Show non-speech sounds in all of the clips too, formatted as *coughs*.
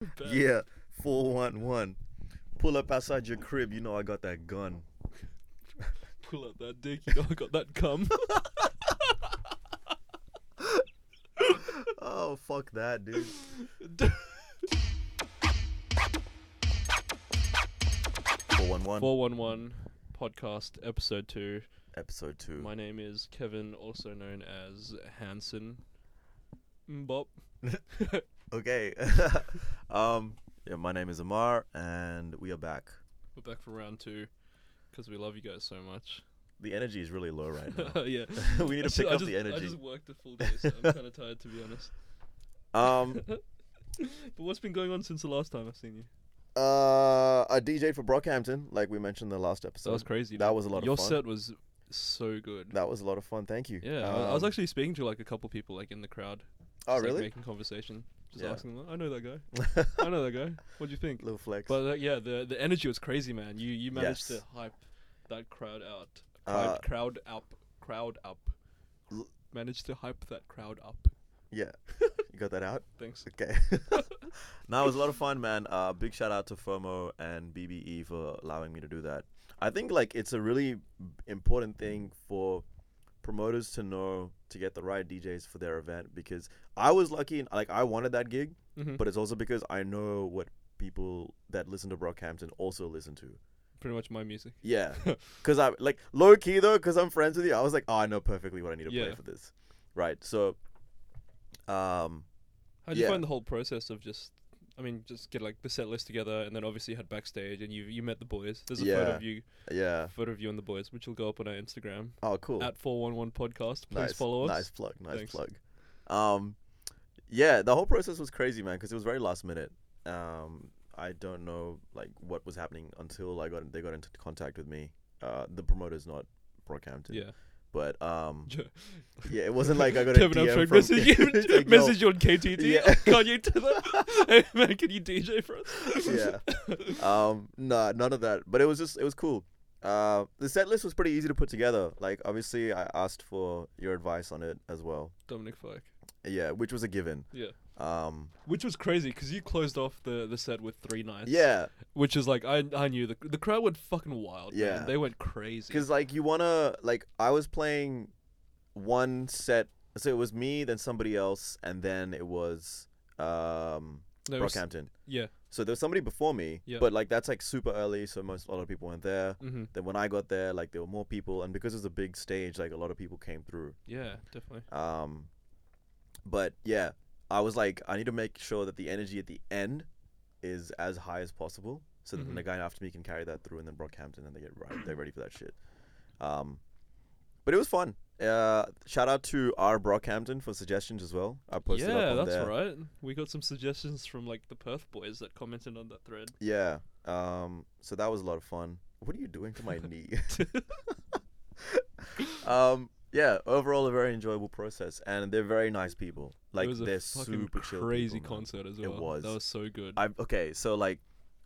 bad. Yeah, 411. Pull up outside your crib, you know I got that gun. Pull out that dick, you know I got that *laughs* cum. Oh, fuck *laughs* that, dude. Four one one. Four one one podcast episode two. Episode two. My name is Kevin, also known as Hanson. *laughs* Mbop. Okay. *laughs* um. Yeah, my name is Amar, and we are back. We're back for round two because we love you guys so much. The energy is really low *laughs* right now. yeah. *laughs* we need I to just- pick I up just- the I energy. just worked a full day, so I'm kind of tired to be honest. Um. But what's been going on since the last time I've seen you? Uh, I DJ'd for Brockhampton, like we mentioned in the last episode. That was crazy. That was a lot Your of fun. set was so good. That was a lot of fun. Thank you. yeah, I- I was Um, actually speaking to like a couple people like in the crowd. Oh, just, like, really? making conversation, just Yeah. asking them. I know that guy. I know that guy. What do you think? *laughs* Little flex. But uh, yeah, the the energy was crazy, man. You you managed Yes. to hype that crowd out. Crowd, Uh, crowd up, crowd up. L- managed to hype that crowd up. *laughs* yeah, you got that out. Thanks. Okay. *laughs* no, it was a lot of fun, man. Uh, big shout out to FOMO and BBE for allowing me to do that. I think like it's a really important thing for promoters to know to get the right DJs for their event because I was lucky. Like I wanted that gig, Mhm. but it's also because I know what people that listen to Brockhampton also listen to. Pretty much my music. Yeah, because I like low key though, because I'm friends with you. I was like, oh, I know perfectly what I need to play Yeah. for this, right? So, um, How do you Yeah. find the whole process of just? I mean, just get like the set list together, and then obviously head backstage, and you you met the boys. There's a photo Yeah. of you, yeah. photo of you and the boys, which will go up on our Instagram Oh, cool. at four one one podcast. Please nice, follow us. nice plug, nice Thanks. plug. Um, yeah, the whole process was crazy, man, because it was very last minute. Um, I don't know like what was happening until I got they got into contact with me. Uh, the promoter's not Brockhampton, Yeah. *laughs* but um, Jo- yeah, it wasn't like I got a Kevin DM Armstrong from message you, It's *laughs* like, *laughs* yo, message you on KTT. *laughs* Yeah. Can you do *laughs* that? hey man, can you DJ for us? yeah. Um, nah, none of that. But it was just, it was cool. Uh, the set list was pretty easy to put together. Like, obviously, I asked for your advice on it as well. *laughs* Dominic Fike. Yeah, which was a given. Yeah. Um, Which was crazy because you closed off the, the set with three nights. yeah, Which is like I I knew the the crowd went fucking wild. man. Yeah. They went crazy. because like you wanna like I was playing one set, so it was me, then somebody else, and then it was um No, it was- Brockhampton. yeah. So there was somebody before me, Yeah. but like that's like super early, so most a lot of people weren't there. Mm-hmm. Then when I got there, like there were more people, and because it was a big stage, like a lot of people came through. Yeah. Definitely. Um, but yeah, I was like, I need to make sure that the energy at the end is as high as possible, so that Mhm. the guy after me can carry that through, and then Brockhampton, and they get right, they're ready for that shit. Um, but it was fun. Uh, shout out to our Brockhampton for suggestions as well. I posted yeah, up on that's there. right. We got some suggestions from like the Perth boys that commented on that thread. Yeah. Um, so that was a lot of fun. What are you doing to my knee? *laughs* *laughs* um, yeah. Overall, a very enjoyable process, and they're very nice people. Like it was they're a fucking super chill. crazy people, man. concert as It well. That was. was so good. I've okay, so like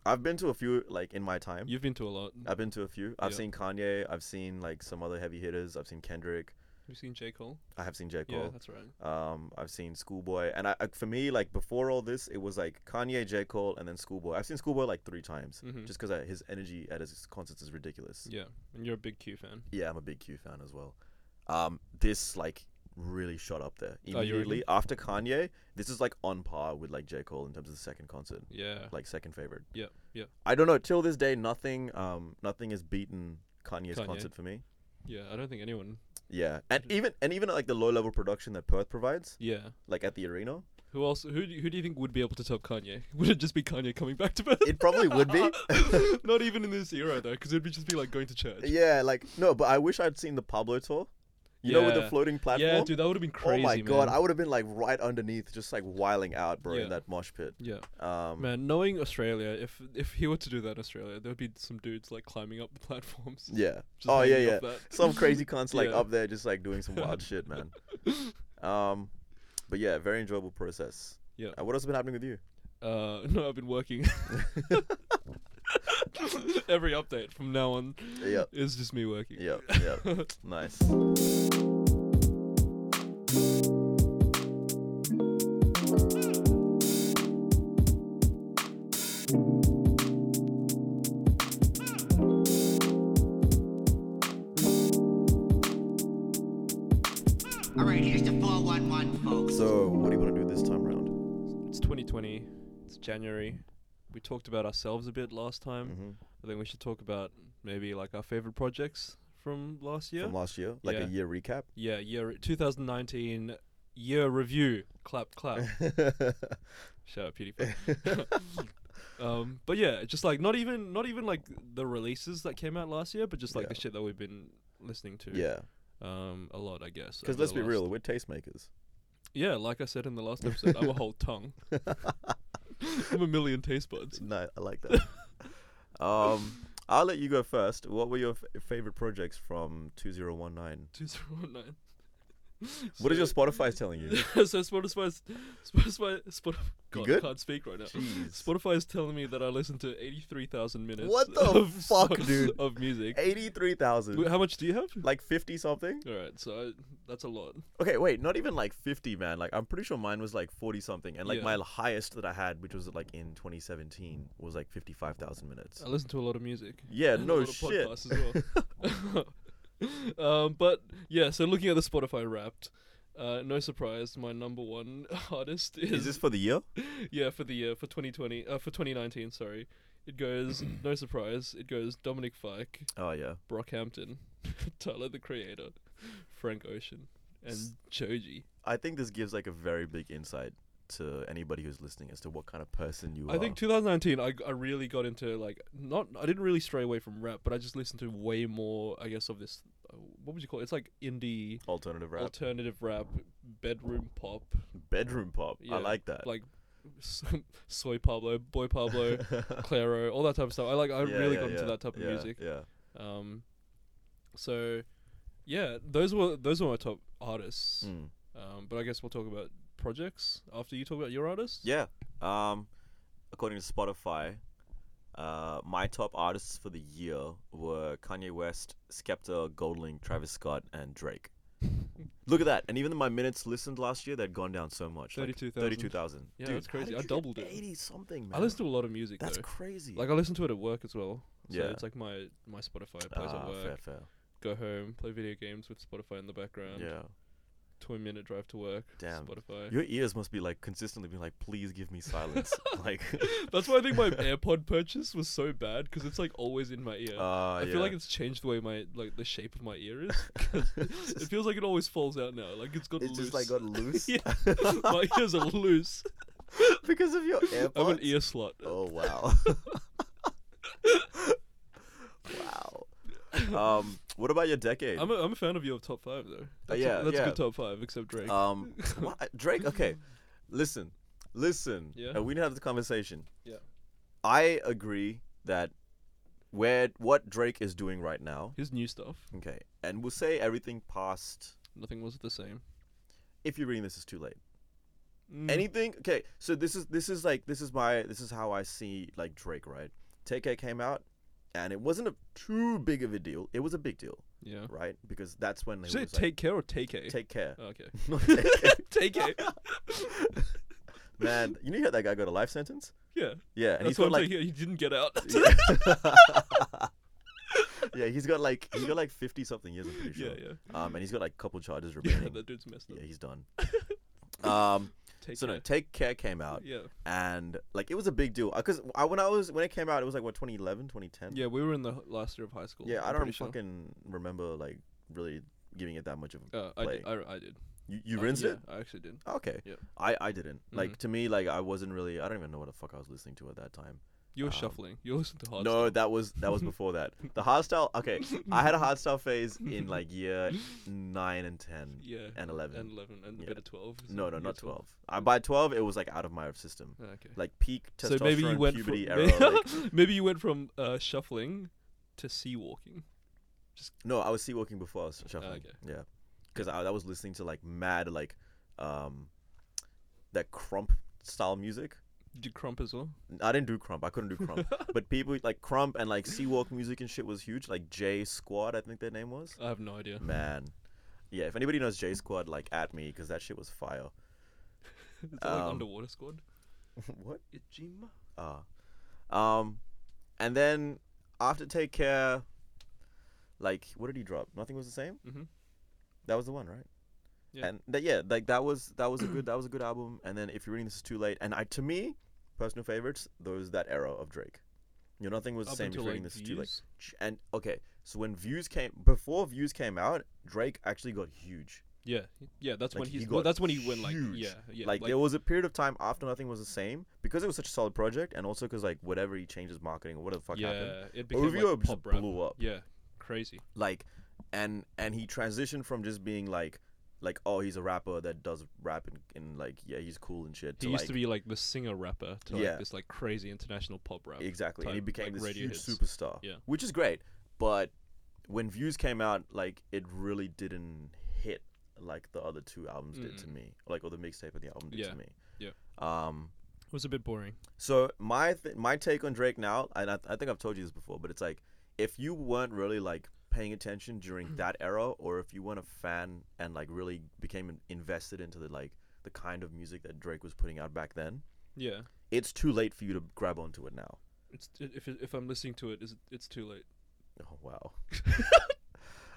I've been to a few like in my time. You've been to a lot. I've been to a few. I've Yeah. seen Kanye, I've seen like some other heavy hitters, I've seen Kendrick, You've seen J Cole. I have seen J. Yeah, Cole. that's right. Um, I've seen Schoolboy, and I, I for me like before all this, it was like Kanye, J. Cole, and then Schoolboy. I've seen Schoolboy like three times, Mhm. just because his energy at his concerts is ridiculous. Yeah, and you're a big Q fan. Yeah, I'm a big Q fan as well. Um, this like really shot up Oh, there you reckon? immediately after Kanye. This is like on par with like J. Cole in terms of the second concert, Yeah. like second favorite. Yeah. Yeah. I don't know. Till this day, nothing, um, nothing has beaten Kanye's Kanye. concert for me. Yeah. I don't think anyone. Yeah, and even and even like the low level production that Perth provides, Yeah. like at the arena, Who else? Who do, you- who do you think would be able to top Kanye? *laughs* Would it just be Kanye coming back to Perth? it probably would be. *laughs* Not even in this era though, because it'd be just be like going to church. yeah, like no, but I wish I'd seen the Pablo tour. You know, with the Yeah. floating platform. Yeah, dude, that would have been crazy. oh my god, man. I would have been like right underneath, just like wiling out, bro, Yeah. in that mosh pit. Yeah, Um, man. Knowing Australia, if if he were to do that in Australia, there would be some dudes like climbing up the *laughs* platforms. yeah. just Oh yeah, hanging yeah. off that. Some crazy cunts like Yeah. up there, just like doing some wild *laughs* shit, man. Um, but yeah, very enjoyable process. Yeah. Uh, what else has been happening with you? Uh, *laughs* no, I've been *laughs* working. Every update from now on Yeah. is just me working. *laughs* Yep, yep. nice. All right, here's the 411, folks. So, what do you want to do this time round? It's 2020. It's January. We talked about ourselves a bit last time. Mm-hmm. I think we should talk about maybe like our favorite projects from last year. From last year, like Yeah. a year recap. *laughs* yeah, year 2019 year review. Clap, *laughs* clap. Shout out PewDiePie. *laughs* um, but yeah, just like not even not even like the releases that came out last year, but just like Yeah. the shit that we've been listening to. yeah, Um, a lot, I guess. because over let's the be last- real, we're tastemakers. Yeah, like I said in the last episode, I'm a whole *laughs* tongue. I'm a million taste buds. No, I like that. *laughs* um, I'll let you go first. What were your f- favorite projects from 2019? Two zero one nine. *laughs* What is your Spotify telling you? so Spotify's Spotify Spotify God, I good? can't speak right now. Jeez. Spotify is telling me that I listened to eighty three thousand minutes. What the of, *laughs* fuck, dude? Of music. Wait, 83,000. How much do you have? Like 50 something? All right, so I, that's a lot. Okay, wait, not even like 50, man. Like, I'm pretty sure mine was like 40 something. And like Yeah. my highest that I had, which was like in 2017, was like 55,000 minutes. I listen to a lot of music. Yeah, And a no lot shit. Of podcasts as *laughs* well. *laughs* um, but yeah, so looking at the Spotify Wrapped, uh, no surprise, my number one *laughs* artist is, Is this for the year? yeah for the year for 2020 uh, for 2019. Sorry, it *clears throat* goes no surprise. It goes Dominic Fike, Oh, yeah. Brockhampton, *laughs* Tyler the Creator, Frank Ocean, and Joji. I think this gives like a very big insight to anybody who's listening as to what kind of person you are. I think 2019, I, I really got into like not I didn't really stray away from rap, but I just listened to way more. I guess of this, uh, what would you call it? It's like indie alternative rap, alternative rap, bedroom pop. bedroom pop. yeah, I like that. Like *laughs* so- Soy Pablo, Boy *laughs* Pablo, Claro, all that type of stuff. I like. I Yeah, really yeah, got into yeah, that type of yeah, music. Yeah. Um, so yeah, those were those were my top artists. Mm. Um, but I guess we'll talk about projects after you talk about your artists. Yeah. Um, according to Spotify, uh, my top artists for the year were Kanye West, Skepta, Goldlink, Travis Scott, *laughs* and Drake. Look at that! And even my minutes listened last year, they'd gone down so much. like 32,000. 32,000. Yeah, Dude, that's how crazy. did I you get doubled it. 80 something, man. I listen to a lot of music That's though. crazy. Like I listen to it at work as well. So Yeah. it's like my my Spotify plays ah, at work. fair, fair. Go home, play video games with Spotify in the background. Yeah. Twenty minute drive to work. Damn. Spotify. Your ears must be like consistently being like, please give me silence. *laughs* like, *laughs* That's why I *laughs* think my AirPod purchase was so bad because it's like always in my ear. uh, I feel like it's changed the way my like the shape of my ear is. 'cause it feels like it always falls out now. Like it's got it loose. just like got loose *laughs* Yeah. my ears are *laughs* loose. because of your I'm AirPods. an ear slot. Oh wow. wow. Um, what about your decade? I'm a, I'm a fan of your top five though. That's Uh, yeah, a, that's yeah. a good top five except Drake. um, what? *laughs* Drake. Okay, listen, listen. Yeah. And we need to have this conversation. Yeah. I agree that where what Drake is doing right now. His new stuff. Okay, and we'll say everything past. Nothing was the same. If you're reading this, it's too late. Mm. *laughs* anything okay so this is this is like this is my this is how i see like drake right take care came out and it wasn't a too big of a deal it was a big deal Yeah. right because that's when they Did you was say like, take care or take a? Oh, *laughs* take care *laughs* Okay. Not Take Care. take a. man you know that guy got a life sentence *laughs* Yeah. yeah and he's That's what got I'm like like, he didn't get *laughs* out. *laughs* yeah he's got like he's got like 50 something years i'm pretty yeah, sure yeah. um and he's got like a couple charges *laughs* Yeah, remaining yeah, that dude's messed up. he's done *laughs* um Take so no care. take care came out Yeah. and like it was a big deal because I, when I was when it came out, it was like what 2011, 2010. Yeah, we were in the h- last year of high school. yeah. I I'm don't pretty sure. fucking remember like really giving it that much of. A, Uh, I, play. did, I, I did. you you Uh, rinsed yeah, Mm-hmm. it? I actually did. Okay. Yep. I I didn't. Like to me, like I wasn't really. I don't even know what the fuck I was listening to at that time. You were Um, shuffling. You listened to hard no, that was that was before *laughs* that. The hardstyle. Okay, I had a hardstyle phase in like year nine and ten Yeah. and eleven. And 11. And a Yeah. bit of 12. is no, it? no, Yeah, not twelve. I, by twelve, it was like out of my system. Ah, Okay. Like peak testosterone so maybe you went from, puberty era. like- *laughs* maybe you went from uh, shuffling to sea walking. No, I was sea walking before I was shuffling. okay. Yeah, because I, I was listening to like mad like, um, that crump style music. Did you crump as well? I didn't do crump. I couldn't do crump. but people like crump and like sea walk music and shit was huge. Like J Squad, I think their name *laughs* was. I have no idea. Man, yeah. If anybody knows J Squad, like at me because that shit was fire. Is that like Um, underwater squad? what? Ijima? Uh, um, and then after Take Care, like what did he drop? Nothing was the same. Mhm. That was the one, right? Yeah. and that yeah like that was that was a good that was a good album and then if you're reading this is too late and i to me personal favorites those that era of drake you know nothing was the Up same if until you're reading like this is too late views. Ch- and okay so when views came before views came out drake actually got huge Yeah, yeah. That's Like, when he he's. got that's when he went like. huge. Yeah, yeah. like, there was a period of time after nothing was the same because it was such a solid project and also because like whatever he changes marketing or whatever the fuck yeah, happened it became OVO like just pop rap. blew up Yeah, crazy. like and and he transitioned from just being like like oh he's a rapper that does rap and, and like yeah he's cool and shit He to, used like, to be like the singer rapper to like Yeah. this like crazy international pop rap. exactly and he type, became like, this radio huge hits. superstar Yeah. which is great but when views came out like it really didn't hit like the other two albums did to me like or the mixtape and the album did Yeah. to me Yeah. um It was a bit boring. So my th- my take on Drake now, and I, I think I've told you this before, but it's like if you weren't really like paying attention during that era, or if you weren't a fan and like really became in- invested into the like the kind of music that Drake was putting out back then, Yeah, it's too late for you to grab onto it now. it's if if I'm listening to it, is it's too late. Oh wow. *laughs*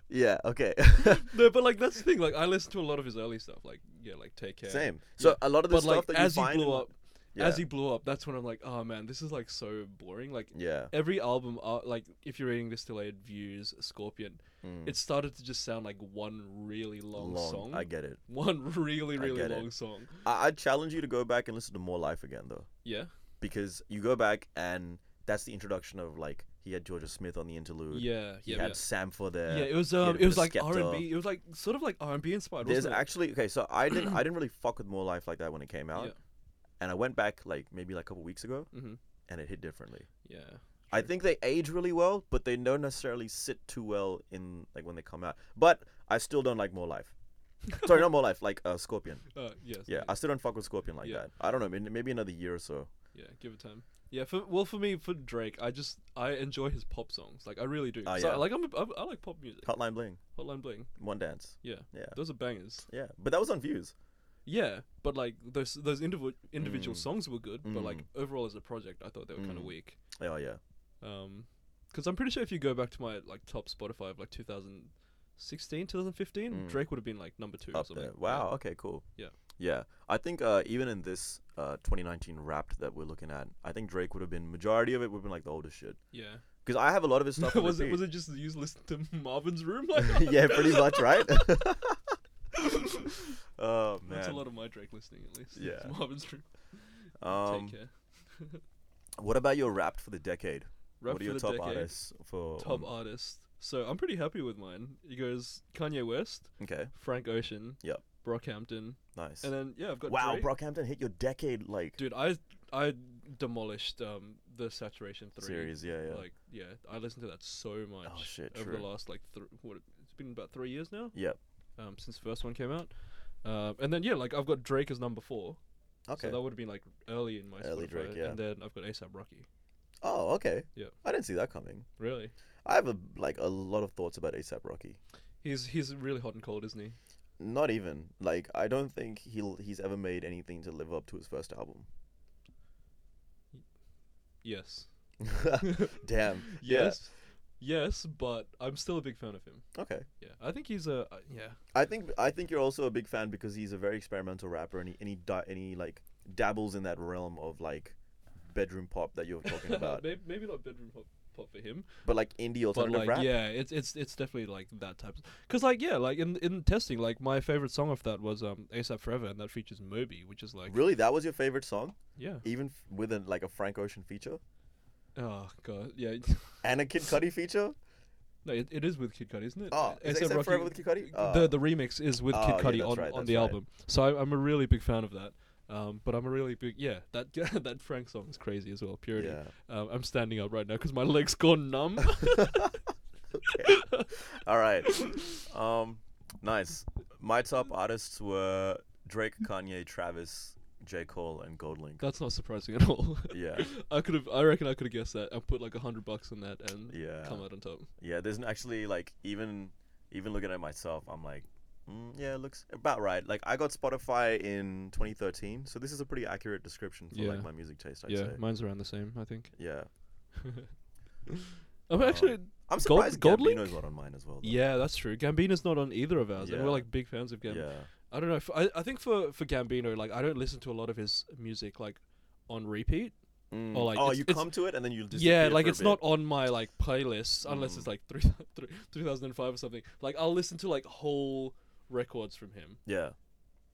yeah. Okay. *laughs* *laughs* No, but like that's the thing. Like I listen to a lot of his early stuff. Like yeah, like Take Care. Same. So a lot of the But like stuff that you as he find blew in- up, as Yeah. he blew up, that's when I'm like, oh man, this is like so boring. Like yeah. every album, uh, like if you're reading this delayed views, Scorpion, Mm. it started to just sound like one really long, long. song. I get it. *laughs* one really I really get it. long song. I, I challenge you to go back and listen to More Life again though. Yeah, because you go back and that's the introduction of like he had Georgia Smith on the interlude. yeah, He yeah. had yeah. Sampha there. Yeah, it was had a um, bit it was of like R Skepta. and B. It was like sort of like R and B inspired. There's wasn't it? actually okay, so I *clears throat* didn't I didn't really fuck with More Life like that when it came out, Yeah. and I went back like maybe like a couple weeks ago, Mhm. and it hit differently. yeah, I think they age really well, but they don't necessarily sit too well in like when they come out. But I still don't like More *laughs* Life. Sorry, not More Life, like uh, Scorpion. uh, yes, Yeah, I still don't fuck with Scorpion like Yeah. that. I don't know, may- maybe another year or so. yeah. Give it time. Yeah, for, well, for me, for Drake, I just I enjoy his pop songs. Like I really do. Oh, 'Cause I- yeah. like I'm, a, I'm I like pop music. Hotline Bling, Hotline Bling. One Dance. Yeah, Yeah, those are bangers. yeah, but that was on Views. Yeah, but like those those individual individual Mm. songs were good, but like Mm. overall as a project, I thought they were kind Mm. of weak. Oh yeah. Um, because I'm pretty sure if you go back to my like top Spotify of like 2016, 2015, Mm. Drake would have been like number two. or up something. there. Yeah. Wow. Okay. Cool. Yeah. Yeah. I think uh, even in this uh, 2019 Wrapped that we're looking at, I think Drake would have been majority of it would have been like the older shit. Yeah. Because I have a lot of his *laughs* stuff. on was it repeat. was it just you listened to *laughs* Marvin's *laughs* room? Like *laughs* yeah, pretty much, right? *laughs* oh man. that's a lot of my Drake listening at least. Yeah. It's *laughs* Marvin's room. um, Take care. what about your Wrapped for the decade? Rap for what are your the top decade. artists Um, for? Top on- artist. So I'm pretty happy with mine. It goes Kanye West, okay. Frank Ocean, Yep. Brockhampton, Nice. and then yeah, I've got Wow, Drake. Brockhampton hit your decade like Dude, I I demolished um the Saturation three series. Yeah. Yeah. Like yeah, I listened to that so much shit, over the true. last like thr what it's been about three years now. Yep. Um, since the first one came out, um, and then yeah, like I've got Drake as number four. okay. So that would have been like early in my Early Spotify, Drake, yeah. And then I've got ASAP Rocky. oh, okay. Yeah. I didn't see that coming. Really? I have a like a lot of thoughts about ASAP Rocky. He's he's really hot and cold, isn't he? Not even like I don't think he'll he's ever made anything to live up to his first album. *laughs* Yes. *laughs* Damn. Yeah. Yes. Yes, but I'm still a big fan of him. Okay. Yeah, I think he's a I- yeah. I think I think you're also a big fan because he's a very experimental rapper and he and he, di- and he like dabbles in that realm of like bedroom pop that you're *laughs* talking about, maybe, maybe not bedroom pop, pop for him, but like indie but alternative like rap. yeah, it's it's it's definitely like that type. Because like yeah, like in in testing, like my favorite song off that was um ASAP Forever, and that features Moby, which is like Really, that was your favorite song, yeah. even f- with a, like a Frank Ocean feature Oh god, yeah. and a Kid Cudi feature. No, it, it is with Kid Cudi, isn't it? Oh, is A$AP ASAP Rocky- Forever with Kid Cudi? Oh. the the remix is with Oh, Kid yeah, Cudi that's on, right, on that's the right. album. So I, I'm a really big fan of that. Um, but I'm a really big yeah. That *laughs* that Frank song is crazy as well. Purity. Yeah. Um, I'm standing up right now because my legs gone numb. *laughs* All right. Um, nice. My top artists were Drake, Kanye, Travis, J. Cole, and Goldlink. That's not surprising at all. *laughs* Yeah. I could have. I reckon I could have guessed that and put like a hundred bucks on that and Yeah. come out on top. Yeah. There's n- actually like even even looking at myself, I'm like, mm, yeah, it looks about right. Like I got Spotify in 2013, so this is a pretty accurate description for Yeah. like my music taste. I'd yeah, say. mine's around the same. I think. Yeah. *laughs* I'm actually. I'm Gold- surprised Goldlink? Gambino's not on mine as well. though. Yeah, that's true. Gambino's not on either of ours, and Yeah. we're like big fans of Gambino. Yeah. I don't know. f- I, I think for for Gambino, like I don't listen to a lot of his music like on repeat. Mm. Or, like, oh, it's- you it's- come to it and then you just yeah, like it's not on my like playlist unless Mm. it's like three, *laughs* three, 2005 or something. Like I'll listen to like whole records from him, yeah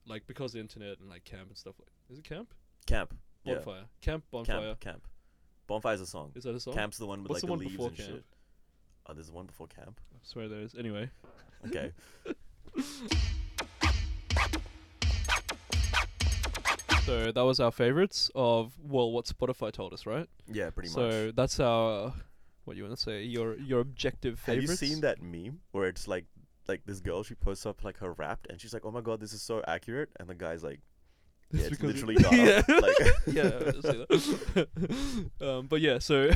like because the internet and like camp and stuff. Like, is it camp? camp Yeah. Bonfire. Camp bonfire. camp camp bonfire's a song Is that a song? camp's the one with What's the one like the, leaves before and camp? shit oh there's one before camp I swear there is. Anyway, okay so that was our favorites of well, what Spotify told us, right? *laughs* yeah pretty so much that's our what you want to say your your objective have favorites. you *laughs* seen that meme where it's like like this girl she posts up like her wrapped and she's like oh my god this is so accurate and the guy's like It's yeah, it's because- *laughs* literally not Yeah. like *laughs* *laughs* yeah, I see that. *laughs* um, but yeah, so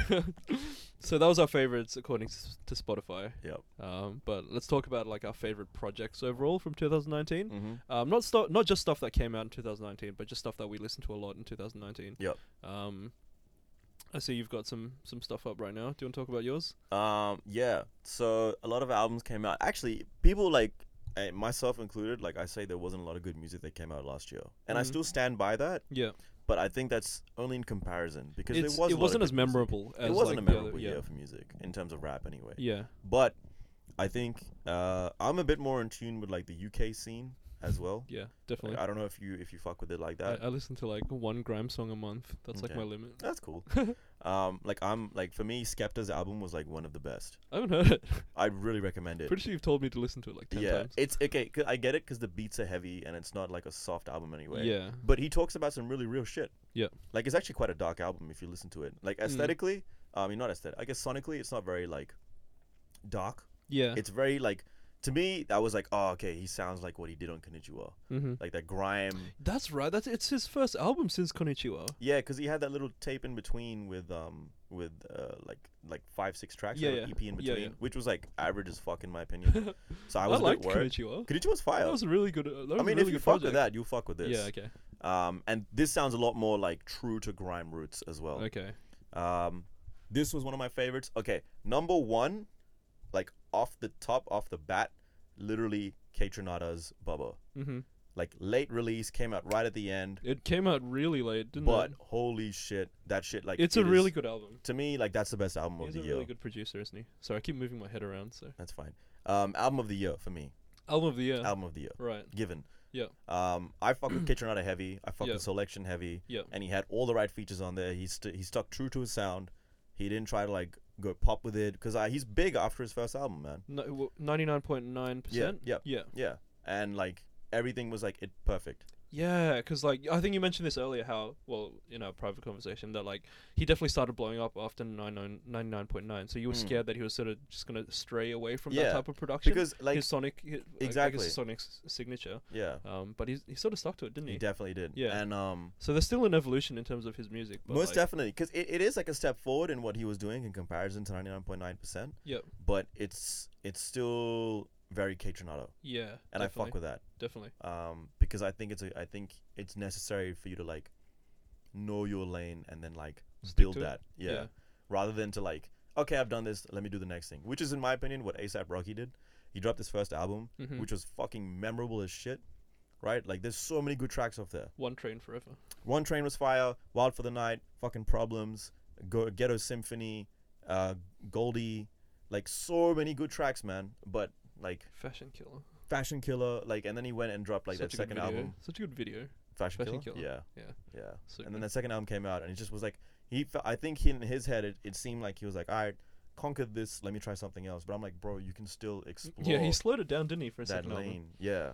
*laughs* so that was our favorites according to, s- to Spotify. Yep. Um, but let's talk about like our favorite projects overall from 2019. mm-hmm. Um, not stu- not just stuff that came out in 2019, but just stuff that we listened to a lot in 2019. Yep. Um, I see you've got some some stuff up right now. Do you want to talk about yours? Um, yeah. So a lot of albums came out. Actually, people like eh, myself included. Like I say, there wasn't a lot of good music that came out last year, and I Mhm. still stand by that. Yeah. But I think that's only in comparison because It's- there was a it lot wasn't of as good music. memorable as It wasn't like a memorable the other, year for music in terms of rap, anyway. yeah. Yeah. But I think uh, I'm a bit more in tune with like the UK scene as well. Yeah. Like, Definitely. I don't know if you if you fuck with it like I, that. I listen to like one Grime song a month. That's like Okay. my limit. *laughs* That's cool. um, like I'm like for me, Skepta's album was like one of the best. I haven't heard it. I really recommend it. Pretty sure you've told me to listen to it like ten yeah, times. it's okay. 'cause I get it because the beats are heavy and it's not like a soft album anyway. Yeah. But he talks about some really real shit. Yeah. Mm. Like it's actually quite a dark album if you listen to it. Like aesthetically, I mean not aesthetic. I guess sonically, it's not very like dark. Yeah. It's very like to me that was like oh okay he sounds like what he did on Kanichiwa. mm-hmm. like that grime. That's right. That's it's his first album since Konichiwa. Yeah, because he had that little tape in between with um with uh like like five six tracks Yeah, like yeah. an EP in Yeah, between yeah. which was like average as fuck in my *laughs* opinion. so I I, was a liked bit worried. Konichiwa. Kanichiwa's fire. That was a really good. Uh, that was I a mean, really if you good fuck project. with that, you'll fuck with this. Yeah. Okay. Um, and this sounds a lot more like true to grime roots as well. Okay. Um, this was one of my favorites. Okay, number one, like off the top, off the bat, literally K Tronada's Bubba. Mm-hmm. Like late release, came out right at the end. It came out really late, didn't But it? holy shit, that shit like It's it a is- really good album. to me like that's the best album of He's the a year. really good producer, isn't he? Sorry, I keep moving my head around. So That's fine. Um, album of the year for me. album of the year. Album of the year. Right. Given. Yeah. Um, I *clears throat* fuck with K Tronada heavy. I fuck Yeah. with Selection heavy. Yeah. and he had all the right features on there. He st- he stuck true to his sound. He didn't try to like go pop with it because he's big after his first album, man. Ninety nine point nine percent. yeah. Yeah. Yeah, and like everything was like it perfect. Yeah, because like I think you mentioned this earlier, how well in our private conversation that like he definitely started blowing up after 99 99.9. So you were Mm. scared that he was sort of just gonna stray away from Yeah, that type of production Because like his Sonic, hi- I- I Exactly. guess his Sonic's signature. yeah, Um, but he's, he sort of stuck to it, didn't he? he definitely did. Yeah. and um, so there's still an evolution in terms of his music. But most like, definitely because it, it is like a step forward in what he was doing in comparison to ninety nine point nine percent. Yep. but it's it's still very K Tronado, yeah, and I definitely, fuck with that. definitely. um, because I think it's a, I think it's necessary for you to like know your lane and then like Stick build to it. that, yeah. Yeah. rather than to like, okay, I've done this, let me do the next thing, which is in my opinion what ASAP Rocky did. He dropped his first album, Mhm. which was fucking memorable as shit, right? Like, there's so many good tracks off there. One train forever. One Train was fire, Wild for the Night, fucking Problems, Go- Ghetto Symphony, uh, Goldie, like so many good tracks, man. But like Fashion killer. Fashion Killer, like, and then he went and dropped like Such that a good second video. album. Such a good video. Fashion, Fashion Killer? Killer. Yeah. Yeah. Yeah. So and then good. that second album came out, and it just was like he. Fe- I think he, in his head, it, it seemed like he was like, "All right, conquered this. Let me try something else." But I'm like, bro, you can still explore *laughs* yeah, he slowed it down, didn't he, for a that second lane. album? Yeah.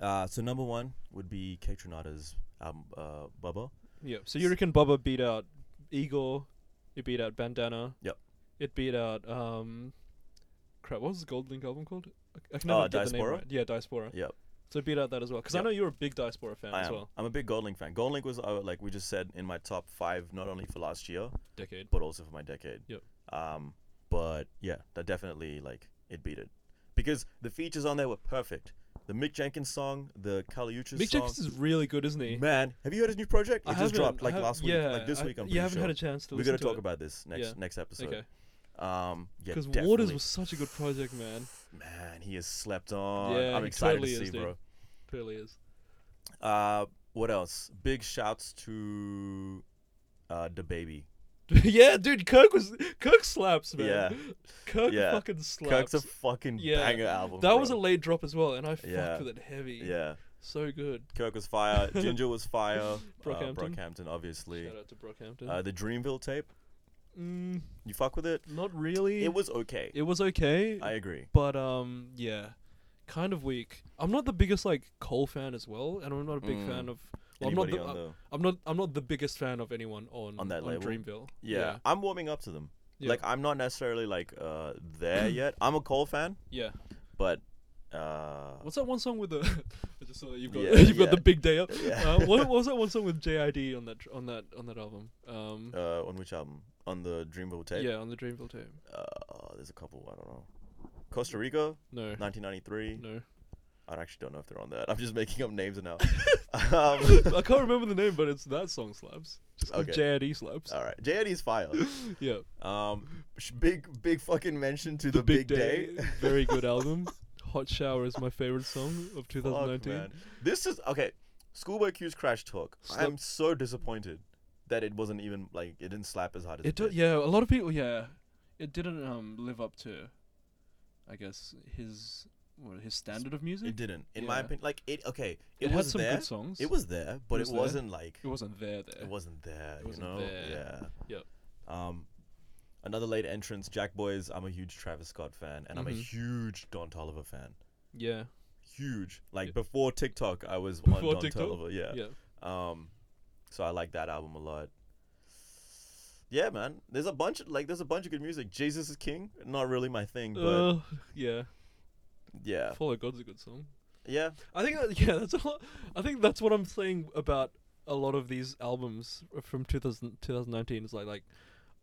Uh, so number one would be K Tronada's album, uh, *laughs* Bubba. Yeah. So you reckon Bubba beat out Igor? It beat out Bandana. Yep. It beat out um, crap. What was the Gold Link album called? I- I can Uh, never get the name Diaspora? right. Yeah, Diaspora. Yep. So it beat out that as well. Because Yep. I know you're a big Diaspora fan I as am. well. I'm a big Goldlink fan. Goldlink was uh, like we just said in my top five, not only for last year Decade. but also for my decade. Yep. Um, but yeah, that definitely like it beat it because the features on there were perfect. The Mick Jenkins song, the Kaliucha Mick song. Jenkins is really good, isn't he? Man, have you heard his new project? It I just haven't- dropped like I hav- last week, yeah, like this I- week. I'm you pretty haven't sure. had a chance to. We're listen gonna talk it. about this next Yeah. next episode. Okay. Um, yeah, Because definitely. Waters was such a good project, man. man, he has slept on. Yeah, I'm he excited totally to see, is, dude. bro. Clearly is. *laughs* Uh, what else? Big shouts to uh the baby. yeah, dude, Kirk was Kirk slaps, man. Yeah. Kirk Yeah. fucking slaps. Kirk's a fucking Yeah. banger album. that was a bro. late drop as well, and I fucked Yeah. with it heavy. yeah. So good. Kirk *laughs* was fire. Ginger was fire. Brockhampton. Uh, Brockhampton, obviously. Shout out to Brockhampton. Uh, the Dreamville tape. mm, You fuck with it? not really. It was okay. It was okay, I agree. but um, yeah, kind of weak. I'm not the biggest like Cole fan as well, and I'm not a big Mm. fan of. Well, I'm not Anybody the, uh, on I'm- the I'm not. I'm not the biggest fan of anyone on On that label? Dreamville. yeah, I'm warming up to them. Yeah. Like I'm not necessarily like uh *clears throat* there yet. I'm a Cole fan, Yeah. but uh What's that one song with the? *laughs* I just saw that you've got Yeah, you've yeah. got the big day up. Yeah. Uh, what, what was that one song with JID on that tr- on that on that album? Um, uh on which album? On the Dreamville tape. yeah, on the Dreamville tape. Uh, oh, there's a couple. I don't know. Costa Rica, No, 1993. no, I actually don't know if they're on that. I'm just making up names *laughs* now. um, *laughs* I can't remember the name, but it's that song slaps. Just called Okay. JID slaps. all right, JID's fire. Yeah, Um, sh- big big fucking mention to the, Big, Day, *laughs* very good album. Hot Shower is my favorite song of Fuck, 2019. man. This is okay. Schoolboy Q's Crash Talk. Slap- I'm so disappointed that it wasn't even like it didn't slap as hard as it, It do- did. yeah, a lot of people yeah, it didn't um live up to, I guess his what his standard of music. It didn't, in my Yeah. opinion. Like it, okay, It it, had was some there. good songs. It was there, but It it, was there. was not like It wasn't there there. it wasn't there. you wasn't know, there. yeah. Yep. Um, another late entrance, Jack Boys. I'm a huge Travis Scott fan, and I'm a Mhm. huge Don Tolliver fan. yeah, Huge. Yeah. Like before TikTok, I was Before on Don TikTok? Tolliver. Yeah. yeah. Um, so I like that album a lot. Yeah, man. There's a bunch of like there's a bunch of good music. Jesus is King, not really my thing, but Uh, yeah, yeah, Follow God's a good song. yeah, I think *laughs* that, yeah, that's a lot. I think that's what I'm saying about a lot of these albums from 2000, 2019. Is like like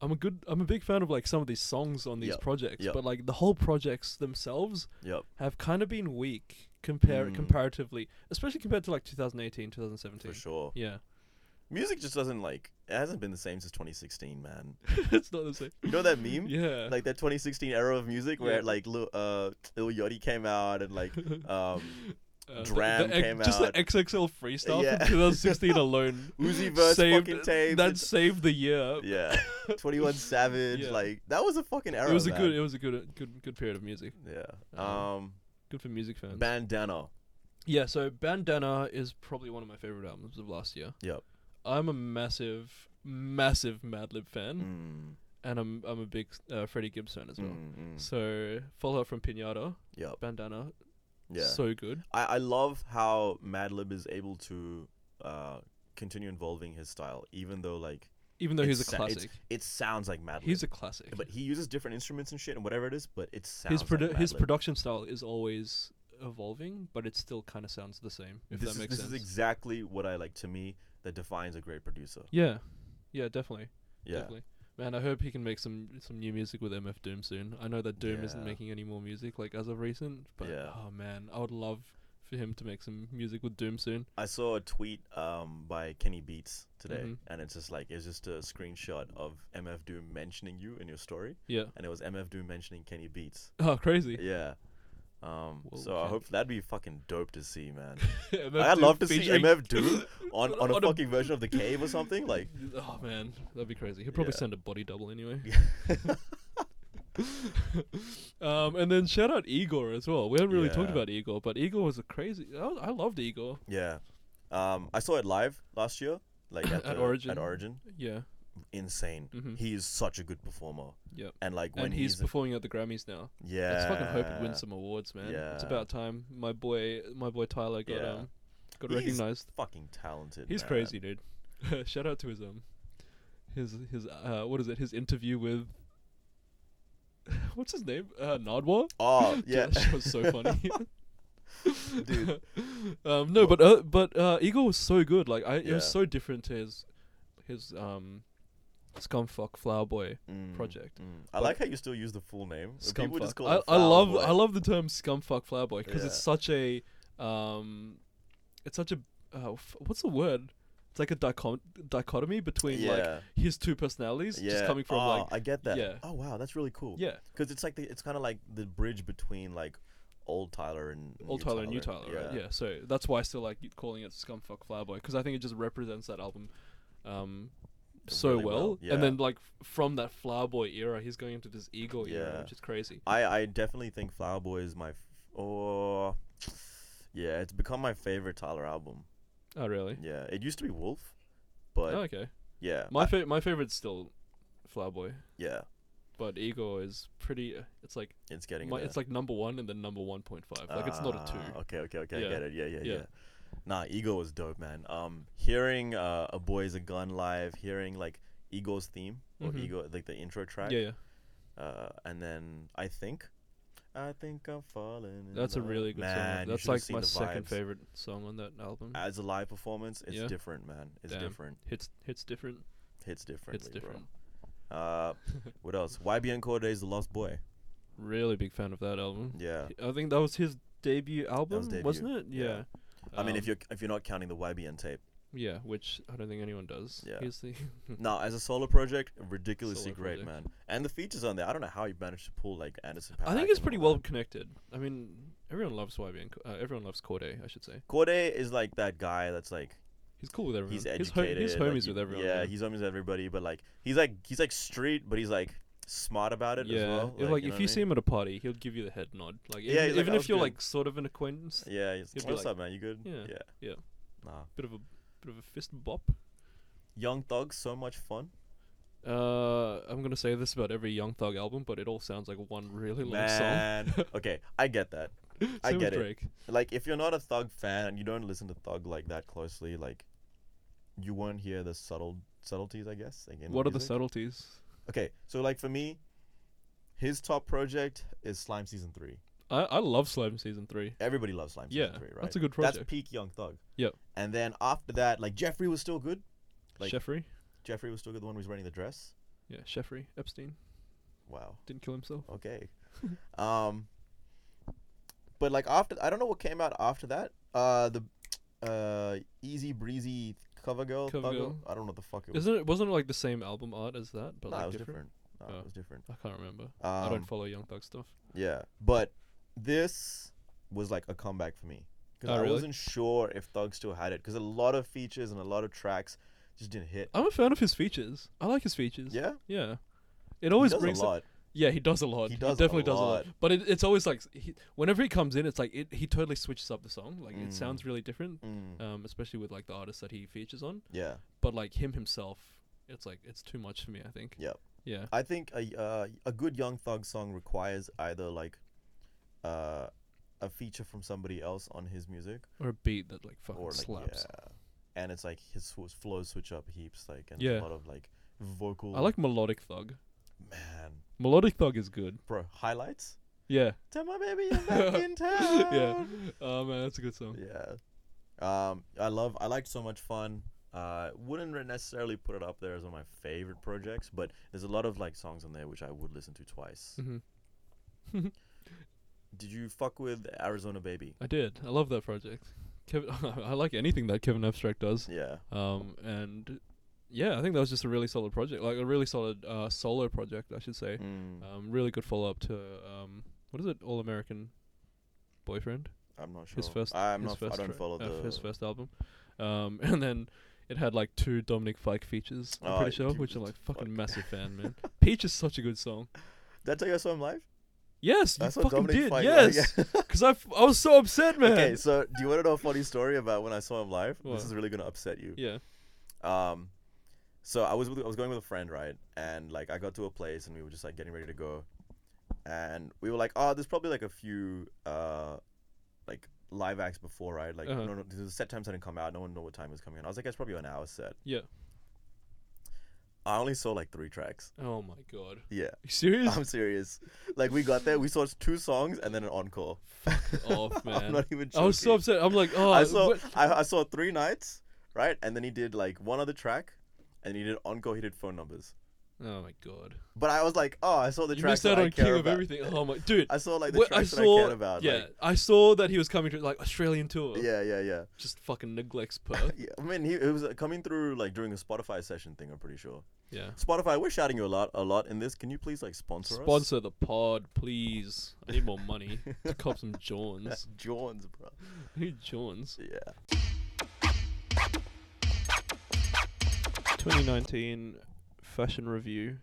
I'm a good I'm a big fan of like some of these songs on these Yep, projects, yep. but like the whole projects themselves yep, have kind of been weak compare Mm. comparatively, especially compared to like 2018, 2017. for sure. Yeah, *laughs* Music just doesn't like it hasn't been the same since 2016, man. it's not the *laughs* same. You *laughs* know that meme? Yeah, Like that 2016 era of music where Yeah. like Lil, uh Lil Yachty came out and *laughs* like um Uh, the- Dram the ex- came just out. the XXL freestyle Yeah. from 2016 *laughs* alone. Uzi verse saved, fucking tapes. That and- saved the year. yeah, *laughs* 21 Savage, Yeah. like that was a fucking era. It was a man. good. Uh-huh. It was a good, good, good period of music. yeah. Um, Good for music fans. Bandana. yeah, so Bandana is probably one of my favorite albums of last year. Yep. I'm a massive, massive Madlib fan, Mm, and I'm I'm a big uh, Freddie Gibbs fan as well. mm, mm. So follow up from Pinata, Yep. Bandana, Yeah. so good. I, I love how Madlib is able to uh, continue involving his style, even though like Even though he's a it's sa- it's- classic, it sounds like Madlib. he's a classic. but he uses different instruments and shit and whatever it is, but it sounds his produ- like his Madlib. production style is always evolving, but it still kind of sounds the same. If this that is, makes this sense. is exactly what I like to me that defines a great producer. yeah, yeah, definitely. Yeah. Definitely. Man, I hope he can make some some new music with MF Doom soon. I know that Doom isn't Yeah. making any more music like as of recent, but Yeah. oh man, I would love for him to make some music with Doom soon. I saw a tweet um, by Kenny Beats today, Mhm. and it's just like it's just a screenshot of MF Doom mentioning you in your story, Yeah. *laughs* and it was MF Doom mentioning Kenny Beats. Oh, crazy. Yeah. Um, Whoa, so I okay. hope that'd be fucking dope to see, man. *laughs* MF Like, I'd Doom love to see featuring- *laughs* MF Doom on, on a On a- fucking version of The Cave or something. Like, *laughs* Oh man, that'd be crazy. He'll probably Yeah. send a body double *laughs* anyway. *laughs* um, and then shout out Igor as well. We haven't really talked Yeah. about Igor, but Igor was a crazy. I, I loved Igor. yeah. Um, I saw it live last year, *coughs* like at, At the- Origin. At Origin, Yeah, insane. Mhm. He is such a good performer, Yep. and like when and he's, in- performing at the Grammys now. yeah, Let's fucking hope it wins some awards, man. It's Uh, Yeah. about time. My boy, my boy Tyler got Yeah. um got He's recognized. Fucking talented. He's man. crazy, dude. *laughs* Shout out to his um his his uh what is it? His interview with *laughs* what's his name? Uh, Nodwa. *laughs* Oh yeah, that shit was so funny. *laughs* *laughs* Dude. um, no, but uh, but uh, Eagle was so good. Like I, it Yeah. was so different to his his um scumfuck flower boy Mm, project. mm. I like how you still use the full name. People Scumfuck. just call I, it I love Flower I Boy. love the term scumfuck flower boy because Yeah. it's such a um, it's such a uh, f- what's the word? It's like a dichom- dichotomy between like Yeah, his two personalities, yeah. just coming from oh, like I get that. yeah. Oh wow, that's really cool. yeah, because it's like the, it's kind of like the bridge between like old Tyler and Old Tyler and New Tyler, right? Yeah. So that's why I still like calling it Scumfuck Flowerboy because I think it just represents that album um, so Really well. well, yeah. And then like f- from that Flowerboy era, he's going into this Eagle era, Yeah. which is crazy. I, I definitely think Flower Boy is my f- oh yeah, it's become my favorite *laughs* Tyler album. Oh really? Yeah, it used to be Wolf, but Oh, okay. yeah, My I- fa- my favorite's still Flowerboy, yeah, but Eagle is pretty. uh, It's like it's getting my, there. it's like number one and then number one point five. Like it's not a two. Ah, Okay, okay, okay. Yeah. I get it. Yeah, yeah, yeah. Yeah. Nah, Ego was dope, man. Um, hearing uh, a boy is a gun live, hearing like Ego's theme or Mhm. Ego like the intro track. Yeah, yeah. Uh, and then I think, I think I'm falling. in That's a love. really good man, song. you That's should've like seen my the second vibes. Ah. favorite song on that album. As a live performance, it's Yeah. different, man. It's Damn. different. hits hits different. Hits differently, Hits different. bro. Uh, what else? *laughs* YBN Core Days, The Lost Boy. Really big fan of that album. Yeah. I think that was his debut album, was debut, wasn't it? yeah. Yeah. I mean, if Um, you're if you're not counting the YBN tape. yeah, which I don't think anyone does. Yeah. Here's *laughs* the No, as a solo project, ridiculously Solo great, project. man. And the features on there, I don't know how you managed to pull like Anderson. I think Paak it's and pretty all well that. connected. I mean, everyone loves YBN. Co- Uh, everyone loves Corday, I should say. Corday is like that guy that's like He's cool with everyone. he's He's, educated. ho- he's like, homies he- with everyone. Yeah, he's homies with everybody, but like he's like he's like street, but he's like smart about it yeah. as well. if, like, know if what you I see mean? him at a party, he'll give you the head nod. Like Yeah, even, he's like, even "I was if you're good." like sort of an acquaintance, yeah, he's he'll be what's like- up, man? You good? Yeah, yeah, yeah. Nah, bit of a bit of a fist bop. Young Thug, so much fun. Uh, I'm gonna say this about every Young Thug album, but it all sounds like one really long *laughs* Man, song. okay, I get that. *laughs* Same I with get it. Drake. Like, if you're not a Thug fan and you don't listen to Thug like that closely, like, you won't hear the subtle subtleties, I guess. Like, in What are the music. subtleties? Okay, so like for me, his top project is Slime Season Three. I, I love Slime Season Three. Everybody loves Slime Yeah, Season Three, right? that's a good That's project. peak Young Thug. Yep. And then after that, like Jeffrey was still good. Like- Jeffrey, Jeffrey was still good. The one who was wearing the dress. yeah, Jeffrey Epstein Wow. didn't kill himself. Okay. *laughs* um. But like after, I don't know what came out after that. Uh, the uh Easy Breezy cover girl. Cover Thug Girl? Girl. I don't know what the fuck it was. Isn't it? Wasn't it like the same album art as that, but Nah, like it was different? different. Nah, Oh. it was different. I can't remember. Um, I don't follow Young Thug stuff. Yeah, but this was like a comeback for me because Oh, I really? wasn't sure if Thug still had it because a lot of features and a lot of tracks just didn't hit. I'm a fan of his features. I like his features. Yeah, yeah. It always he does brings a up- lot. Yeah, he does a lot. He He, does a definitely does a lot. lot. But it, it's always like he, whenever he comes in, it's like it, he totally switches up the song. Like Mm. it sounds really different, Mm, um, especially with like the artists that he features on. yeah, But like him himself, it's like it's too much for me. I think. Yep. Yeah. I think a uh, a good Young Thug song requires either like uh, a feature from somebody else on his music Or a beat that like fucking or like slaps. yeah, and it's like his sw- flows switch up heaps like and Yeah. a lot of like vocal. I like melodic thug. man, Melodic thug is good. bro, highlights. Yeah. *laughs* Tell my baby I'm back in town. yeah. Oh man, that's a good song. Yeah. Um, I love. I liked so much fun. Uh, wouldn't re- necessarily put it up there as one of my favorite projects, but there's a lot of like songs on there which I would listen to twice. hmm Mm-hmm. *laughs* Did you fuck with Arizona Baby? I did. I love that project. Kevin, *laughs* I like anything that Kevin Abstract does. Yeah. Um, and yeah, I think that was just a really solid project, like a really solid uh, solo project, I should say. Mm, Um, really good follow up to um, what is it, All American Boyfriend? I'm not sure. His first, I'm his not. first I don't tra- follow uh, the. his first album. Um, *laughs* and then it had like two Dominic Fike features. I'm Oh, pretty sure, dude, which I'm it's like fucking Fike. massive fan, *laughs* man. Peach is such a good song. Did I tell you I saw him live? Yes, you I saw fucking Dominic did. Fike live, yes, *laughs* yeah. because I, f- I was so upset, man. *laughs* okay. So do you want to know a funny story about when I saw him live? What? This is really gonna upset you. yeah. Um, so I was with, I was going with a friend, right? And like I got to a place and we were just like getting ready to go, and we were like, oh, there's probably like a few uh, like live acts before, right? Like Uh-huh. no, no, the set times hadn't come out. No one knew what time was coming on. I was like, it's probably an hour set. Yeah. I only saw like three tracks. *laughs* Oh my god. *laughs* Yeah, You serious? I'm *laughs* serious. Like we got there, we saw two songs and then an encore. off, I'm man. not even. Joking. I was so upset. I'm like, oh, I saw *laughs* what- I, I saw three nights, right? And then he did like one other track, and he did encore. He did phone numbers. Oh my god. But I was like, oh, I saw the you tracks missed that out I on care King of about. Everything. Oh my dude. *laughs* I saw like the wh- tracks that I cared about. yeah, like- I saw that he was coming to like Australian tour. yeah, yeah, yeah. Just fucking neglects *laughs* Perth. Yeah, I mean, he it was uh, coming through like during a Spotify session thing. I'm pretty sure. yeah. Spotify, we're shouting you a lot, a lot in this. Can you please like sponsor, us? Sponsor the pod, please. I need more money *laughs* to cop some Johns. Johns, bro. I need Johns. Yeah. 2019 fashion review,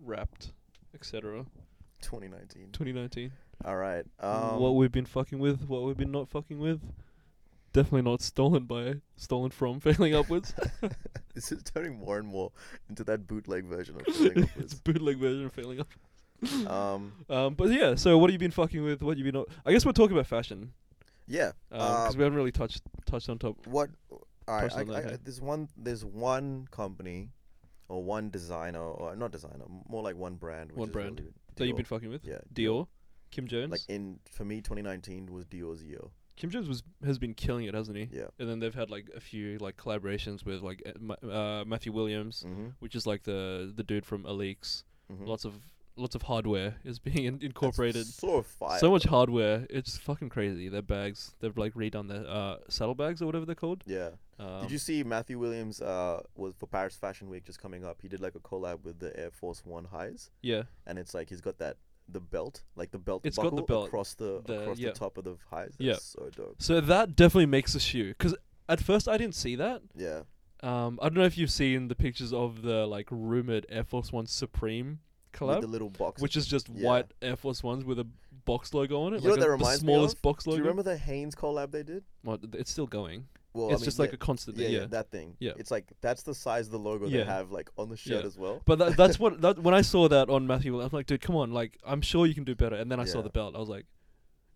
wrapped, etc. 2019. 2019. All right. Um, what we've been fucking with, what we've been not fucking with. Definitely not stolen by, stolen from, *laughs* failing *laughs* upwards. *laughs* this is turning more and more into that bootleg version of Falling it's *laughs* Upwards. bootleg version of failing up. Um, Um, but yeah, so what have you been fucking with? What have you been? Not- I guess we'll talk about fashion yeah. because Um, we haven't really touched touched on top. what? All right. Touched on I, that, I- hey? there's one. There's one company, or one designer, or not designer, more like one brand. Which One is brand really that you've been Dior. fucking with. yeah. Dior, Kim Jones. Like eh. in for me, 2019 was Dior's year. Kim Jones was has been killing it, hasn't he? Yeah. And then they've had like a few like collaborations with like uh, Ma- uh, Matthew Williams, Mm-hmm. which is like the the dude from Aleaks. Mhm. Lots of lots of hardware is *laughs* being in- incorporated. So fire. So much hardware, it's fucking crazy. Their bags, they've like redone their uh, saddlebags or whatever they're called. Yeah. Um, did you see Matthew Williams uh, was for Paris Fashion Week just coming up? He did like a collab with the Air Force One highs, Yeah, and it's like he's got that the belt, like the belt It's got the buckle belt, across the, the- across yeah. the top of the highs. That's Yeah. so dope. So that definitely makes a shoe. Because at first I didn't see that. Yeah, Um, I don't know if you've seen the pictures of the like rumored Air Force One Supreme with collab, the little box. which is just yeah. white Air Force Ones with a box logo on it. You know like what that a- the reminds me smallest of? box Do logo. you remember the Hanes collab they did? Well, th- it's still going. Well, I it's mean, just like yeah, a constant. yeah, thing, yeah, yeah. that thing. Yeah. it's like that's the size of the logo Yeah. they have like on the shirt Yeah. as well. But that, that's what that when I saw that on Matthew, Will- I'm like, dude, come on, like I'm sure you can do better. And then I saw Yeah. the belt, I was like,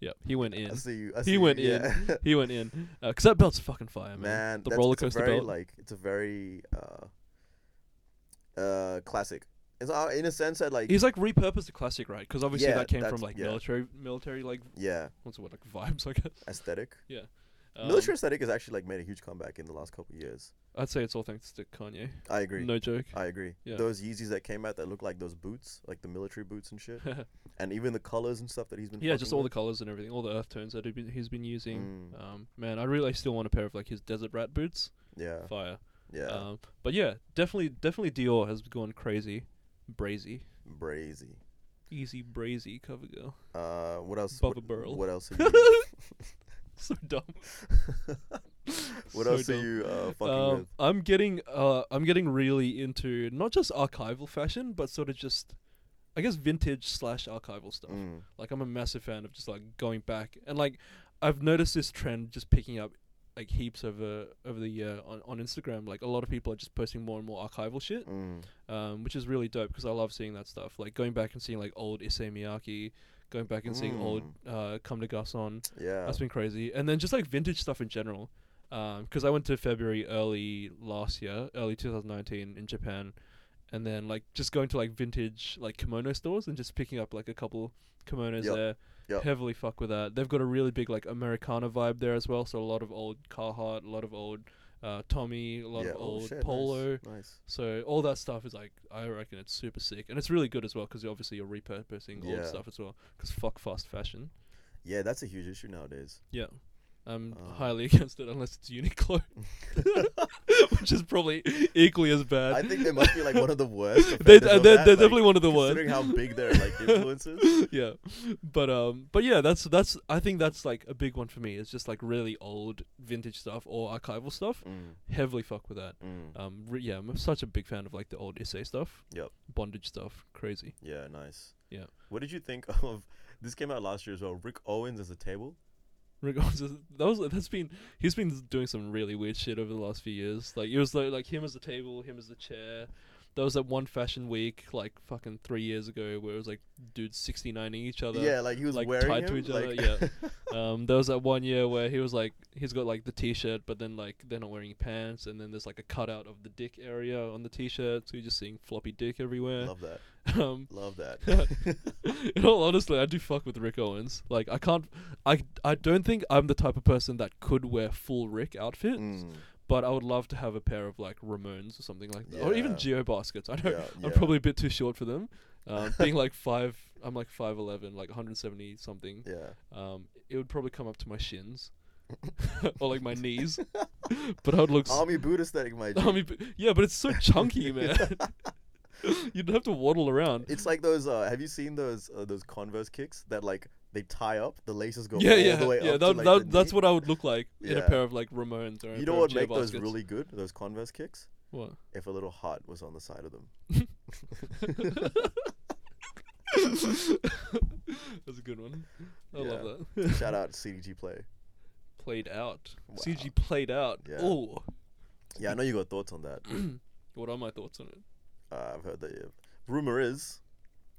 yeah, he went I in, see you. I see he you, went yeah. *laughs* in, he went in, because that belt's fucking fire, man. man, the that's, roller it's a coaster very, belt. Like it's a very uh, uh, classic. It's uh, in a sense that like He's like repurposed the classic, right? Because obviously Yeah, that came from that's- like yeah. military, military like yeah, what's the word like vibes, I guess. aesthetic. Um, Military aesthetic has actually like made a huge comeback in the last couple of years. I'd say it's all thanks to Kanye. I agree. No joke. I agree. Yeah. Those Yeezys that came out that look like those boots, like the military boots *laughs* and shit, and even the colors and stuff that he's been. yeah, just fucking all the with. colors and everything, all the earth tones that he'd been- he's been using. Mm. Um, man, I really still want a pair of like his desert rat boots. yeah, Fire. yeah, Um, but yeah, definitely, definitely Dior has gone crazy, brazy, brazy. easy brazy cover girl. *laughs* Uh, what else? Bubba what, Burl. *laughs* What else? Are you, So *laughs* dumb. what So else are dumb. you uh, fucking Um, I'm getting uh, I'm getting really into not just archival fashion, but sort of just, I guess, vintage slash archival stuff. with? Mm. Like I'm a massive fan of just like going back and like I've noticed this trend just picking up like heaps over over the year on, on Instagram. Like a lot of people are just posting more and more archival shit, Mm. um, which is really dope because I love seeing that stuff. Like going back and seeing like old Issey Miyake, going back and seeing old uh, Come to Garçon. Yeah. That's been crazy. And then just like vintage stuff in general. Because I went to February early last year, early 2019 in Japan. And then like just going to like vintage like kimono stores and just picking up like a couple kimonos Yep. there. Yep. Heavily fuck with that. They've got a really big like Americana vibe there as well. So a lot of old Carhartt, a lot of old uh, Tommy, a lot yeah. of oh, old shit, nice, Polo. Nice. So all that stuff is like I reckon it's super sick and it's really good as well because obviously you're repurposing Yeah. old stuff as well because fuck fast fashion. Yeah, that's a huge issue nowadays. Yeah. I'm Uh, highly *laughs* against it unless it's Uniqlo, *laughs* which is probably equally as bad. *laughs* I think they must be like one of the worst. Uh, they, offenders they're, of they're that, like, definitely one of the worst. Considering how big their like influences. *laughs* yeah, but um, but yeah, that's that's I think that's like a big one for me. It's just like really old vintage stuff or archival stuff. Mm, Heavily fuck with that. mm. Um, re- yeah, I'm such a big fan of like the old essay stuff. Yep. Bondage stuff, crazy. Yeah, nice. Yeah. What did you think *laughs* of this? Came out last year as well. Rick Owens as a table. Regardless, of- that was that's been he's been doing some really weird shit over the last few years. Like it was like, like him as the table, him as the chair. There was that one fashion week like fucking three years ago where it was like dudes sixty nining each other. yeah, like he was like, wearing tied to him, each other, like- yeah. Um, there was that one year where he was like he's got like the t-shirt, but then like they're not wearing pants, and then there's like a cutout of the dick area on the t-shirt, so you're just seeing floppy dick *laughs* everywhere. *laughs* Love that. Um, *laughs* Love that. *laughs* in all honestly, I do fuck with Rick Owens. Like I can't, I I don't think I'm the type of person that could wear full Rick outfits, Mm, But I would love to have a pair of like Ramones or something like that, or even Yeah. Geo baskets. I know Yeah, I'm yeah. probably a bit too short for them. *laughs* Um, being like five, I'm like five eleven, like 170 something. Yeah. Um, it would probably come up to my *laughs* shins, *laughs* or like my knees. *laughs* but I would look. s- Army boot aesthetic, my G. *laughs* I mean, but- yeah, but it's *laughs* so chunky, man. *laughs* You'd have to waddle around. It's like those. Uh, have you seen those uh, those Converse kicks that like they tie up? The laces go yeah, all yeah, the way yeah. up. that, to, like, that, the that's knee. what I would look like in a Yeah. pair of like Ramones or a You pair know of what Geo make those Baskets. really good? Those Converse kicks. What? If a little heart was on the side of them. *laughs* *laughs* That's a good one. I love that. Shout out CDG Play. *laughs* played out. Wow. CG played out. Yeah. Oh, Yeah, I know you got thoughts *clears throat* on that. what are my thoughts on it? Uh, I've heard that. you Rumor is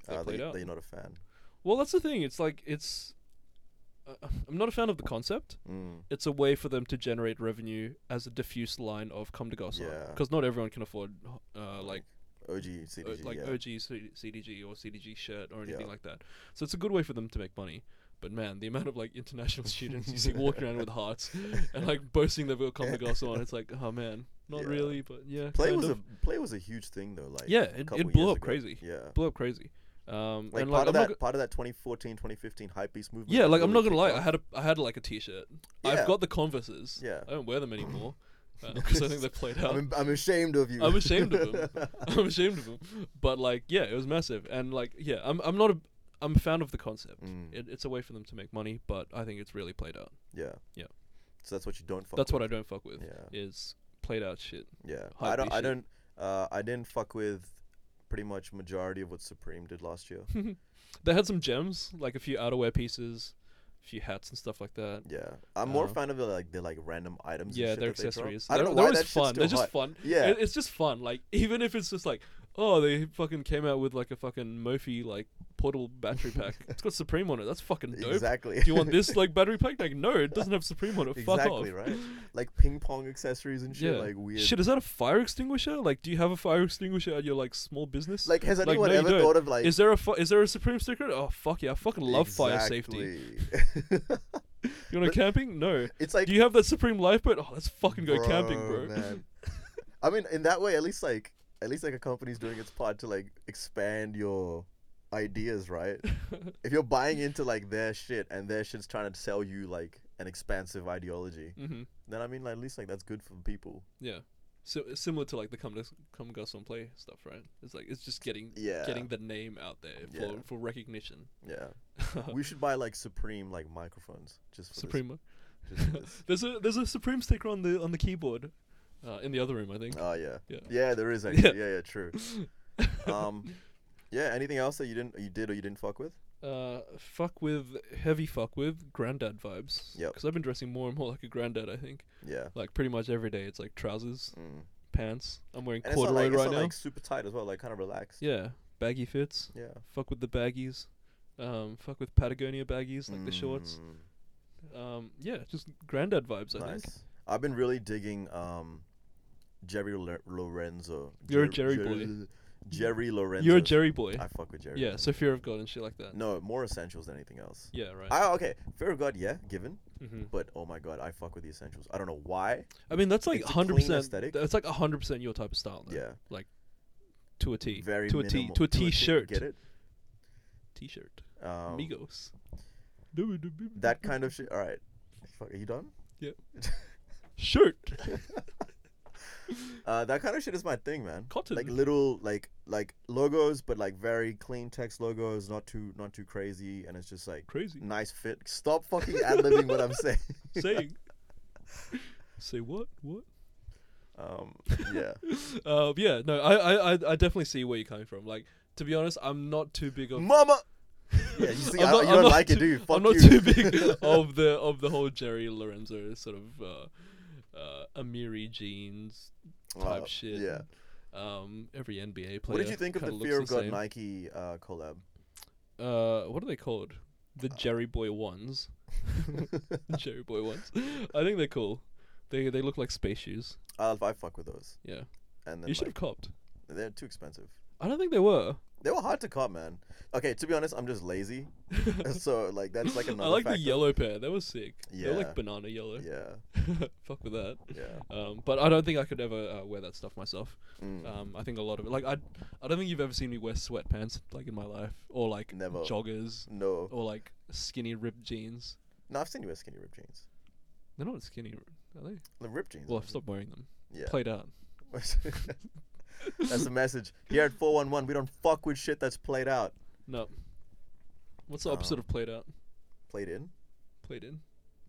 They uh, played that, out. that you're not a fan. Well, that's the thing. It's like it's. Uh, I'm not a fan of the concept. Mm, It's a way for them to generate revenue as a diffuse line of come to Gosan. Yeah. Because not everyone can afford uh, like OG uh, CDG. like yeah. OG C- CDG or CDG shirt or anything Yeah. like that. So it's a good way for them to make money. But man, the amount of like international *laughs* students you see walking around with hearts and *laughs* like boasting they've got Comic Gospel on, it's like, oh man, not Yeah. really, but yeah. Play kind was of. a play was a huge thing though. Like Yeah, a it- it couple blew years up ago. crazy. Yeah. blew up crazy. Um, Like and part like, of I'm that not, go- part of that 2014 2015 hype beast movement. yeah, that like I'm not really gonna lie, kicked I had a I had like a T-shirt. I've Yeah. got the Converses. Yeah. I don't wear them anymore *laughs* *laughs* because I think they played off. out. I'm, em- I'm ashamed of you. I'm ashamed of him. *laughs* I'm ashamed of him. But like, yeah, it was massive, and like, yeah, I'm I'm not a I'm a fan of the concept. Mm. It, it's a way for them to make money, but I think it's really played out. yeah. Yeah. So that's what you don't fuck. That's with. what I don't fuck with. Yeah. Is played out shit. Yeah. hype I don't. beast I shit. don't. Uh, I didn't fuck with pretty much majority of what Supreme did last year. They had some gems, like a few outerwear pieces, a few hats and stuff like that. Yeah, I'm more a Uh, fan of the, like the like random items. and Yeah, shit they're that they drop. accessories. I don't they're, know why they're that just shit's fun. still They're just hot. fun. Yeah. It- it's just fun. Like *laughs* even if it's just like, oh, they fucking came out with like a fucking Mophie like portable battery *laughs* pack. it's got Supreme on it. That's fucking dope. Exactly. Do you want *laughs* this like battery pack? Like no, it doesn't have Supreme on it. Fuck off. exactly right. Like ping pong accessories and shit. Like weird. Shit, is that a fire extinguisher? Like, do you have a fire extinguisher at your like small business? Like has Like, anyone no, you ever don't. thought of like? is there a fu- is there a Supreme sticker? Oh fuck yeah, I fucking love fire safety. Exactly. *laughs* You want to camping? No. it's like Do you have that Supreme lifeboat? Oh, let's fucking go camping, bro. *laughs* man. I mean, in that way, at least like at least like a company's doing its part to like expand your *laughs* ideas, right? if you're buying into like their shit and their shit's trying to sell you like an expansive ideology, hmm then I mean, like, at least like that's good for people. Yeah. So similar to like the come to come Gus on play stuff, right? It's like it's just getting Yeah. getting the name out there for Yeah. for recognition. *laughs* Yeah, we should buy like Supreme like microphones just for this- *laughs* Supreme. just for this. There's a there's a Supreme sticker on the on the keyboard, uh, in the other room, I think. Oh yeah. *laughs* Yeah. yeah, there is actually. Yeah, yeah, true. Um, yeah. Anything else that you didn't you did or you didn't fuck with? Uh, fuck with heavy fuck with granddad vibes. Yep. Because I've been dressing more and more like a granddad. I think Yeah. like pretty much every day. It's like trousers, Mm. pants. I'm wearing And it's not corduroy like, it's right not, now. like super tight as well, like kind of relaxed. yeah, baggy fits. Yeah. Fuck with the baggies. Um, fuck with Patagonia baggies like the shorts. Mm, Um, yeah, just granddad vibes. I think. nice. I've been really digging um, Jerry Lo- Lorenzo. You're a Jer- Jerry boy. Jerry- Jerry Lorenzo. You're a Jerry boy. I fuck with Jerry. yeah, Lorenzo. so fear of God and shit like that. no, more essentials than anything else. Yeah, right. I, okay, fear of God, yeah, given, hmm but oh my god, I fuck with the essentials. I don't know why. I mean, that's like It's a clean hundred percent. aesthetic. That's like hundred percent your type of style. Though. Yeah, To a T. very to a T. minimal. To a T, T-shirt. Get it? T-shirt. Um, Migos. *laughs* That kind of shit. All right, fuck, are you done? shirt. Uh, that kind of shit is my thing, man. Cotton. Like little, like like logos, but like very clean text logos, not too not too crazy, and it's just like Crazy. nice fit. Stop fucking ad libbing what *laughs* I'm saying. Saying. Say what? What? Um, *laughs* yeah, Um, yeah, no, I, I, I I definitely see where you're coming from. Like, to be honest, I'm not too big of. mama. Yeah, you *laughs* see, I'm I, not- you I'm don't not like it, too- do you? *laughs* Fuck I'm not you. too big *laughs* of the of the whole Jerry Lorenzo sort of uh, uh, Amiri jeans type Uh, shit. Yeah. Um, every NBA player. *laughs* What did you think of the kinda Fear of looks God same. Nike *laughs* uh, collab? *laughs* Uh, what are they called? Uh, The Jerry Boy *laughs* ones. *laughs* Jerry Boy ones. I think they're cool. They they look like space shoes. uh, I fuck with those, Yeah. and then You should have like, copped. they're too expensive. *laughs* I don't think they were. They were hard to cop, man. Okay, to be honest, I'm just *laughs* lazy. *laughs* so like that's like another. I like factor. the yellow pair. That was sick. They were Yeah. like banana yellow. Yeah, *laughs* Fuck with that. *laughs* yeah. Um, but I don't think I could ever uh, wear that stuff myself. Mm. Um, I think a lot of it, like I, I don't think you've ever seen me wear sweatpants like in my life, or like Never. joggers, no, or like skinny ripped jeans. no. I've seen you wear skinny ripped jeans. They're not skinny, are they? The ripped jeans. Well, I I've stopped wearing them. yeah. Played out. *laughs* *laughs* that's the message. Here at 411, we don't fuck with shit that's played out. No. What's the opposite Um, of played out? Played in? Played in.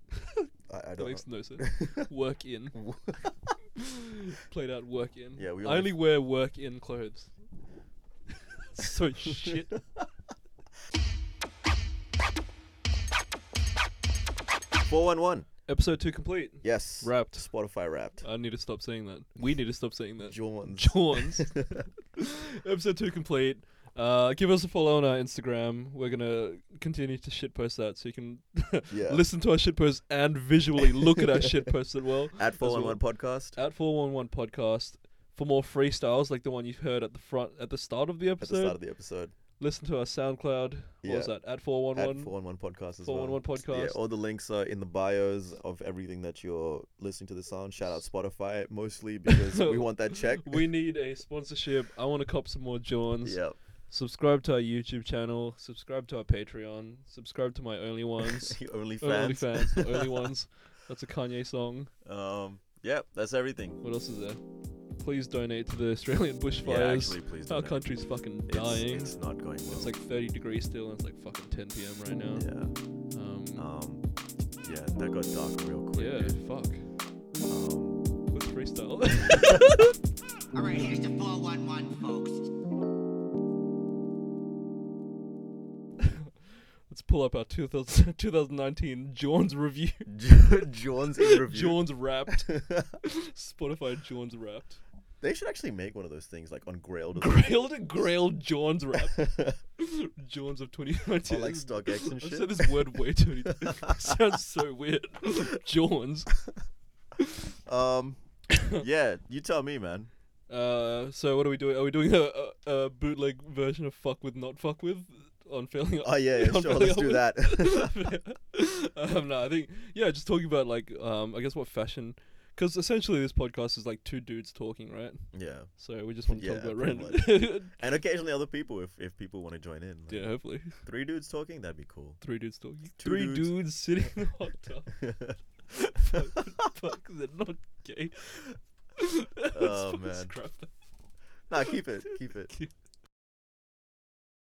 *laughs* I, I That don't makes no sense. know. *laughs* Work in. Played out work in. Yeah, we I always- only wear work in *laughs* clothes. so shit. Four one one. Episode two complete. Yes. Wrapped. Uh, Spotify wrapped. I need to stop saying that. We need to stop saying that. *laughs* Jawns. Jawns. *laughs* Episode two complete. Uh, give us a follow on our Instagram. We're gonna continue to shitpost that, so you can *laughs* Yeah. listen to our shitpost and visually look *laughs* at our shitpost as well. At well. four one one podcast. At four one one podcast for more freestyles like the one you heard at the front at the start of the At the start episode. of the episode. listen to our SoundCloud. What was Yeah. that? At four one At one. four one one podcast as well. 411 podcast. Yeah, all the links are in the bios of everything that you're listening to this on. Shout out Spotify *laughs* mostly because we want that check. We need a sponsorship. I want to cop some more Johns. *laughs* *laughs* yeah. Subscribe to our YouTube channel. Subscribe to our Patreon. Subscribe to my Only Ones. *laughs* Oh, Only Only fans. *laughs* fans, the only ones. That's a Kanye song. um. Yeah. That's everything. What else is there? Please donate to the Australian bushfires. Yeah. Actually, please. Our Don't country's fucking it's, dying. It's, it's not going well. like 30 degrees still, and it's like fucking 10 p.m. right now. yeah. Um, Um, yeah, that got dark real quick. yeah, fuck. Um, Let's freestyle. *laughs* Alright, here's the 411, folks. Let's pull up our *laughs* 2000, 2019 Johns review. Um, *laughs* *laughs* John's in review. Johns wrapped. *laughs* Spotify Johns wrapped. they should actually make one of those things like on *laughs* Grail. or something. Grailed, grailed Johns wrapped. *laughs* Johns of 2019. Or, *laughs* like, StockX and I've shit. said this word way too many *laughs* times. It sounds so weird. *laughs* Johns. *laughs* *coughs* um, yeah, you tell me, man. *laughs* Uh, so what are we doing? Are we doing a, a, a bootleg version of "fuck with, not fuck with" on failing? Oh yeah, yeah on failing sure, let's do upward? that. *laughs* um, no, I think yeah, just talking about like um, I guess what fashion, because essentially this podcast is like two dudes talking, right? *laughs* yeah, So we just want to talk Yeah, about pretty random. and occasionally other people if if people want to join in. *laughs* Like, yeah, hopefully Three dudes talking, that'd be cool. *laughs* *laughs* three dudes talking. Two three dudes. dudes. sitting in the hot tub. *laughs* *laughs* Fuck, they're not gay. *laughs* Let's Oh, fucking man. scrap that. nah, keep it, keep it.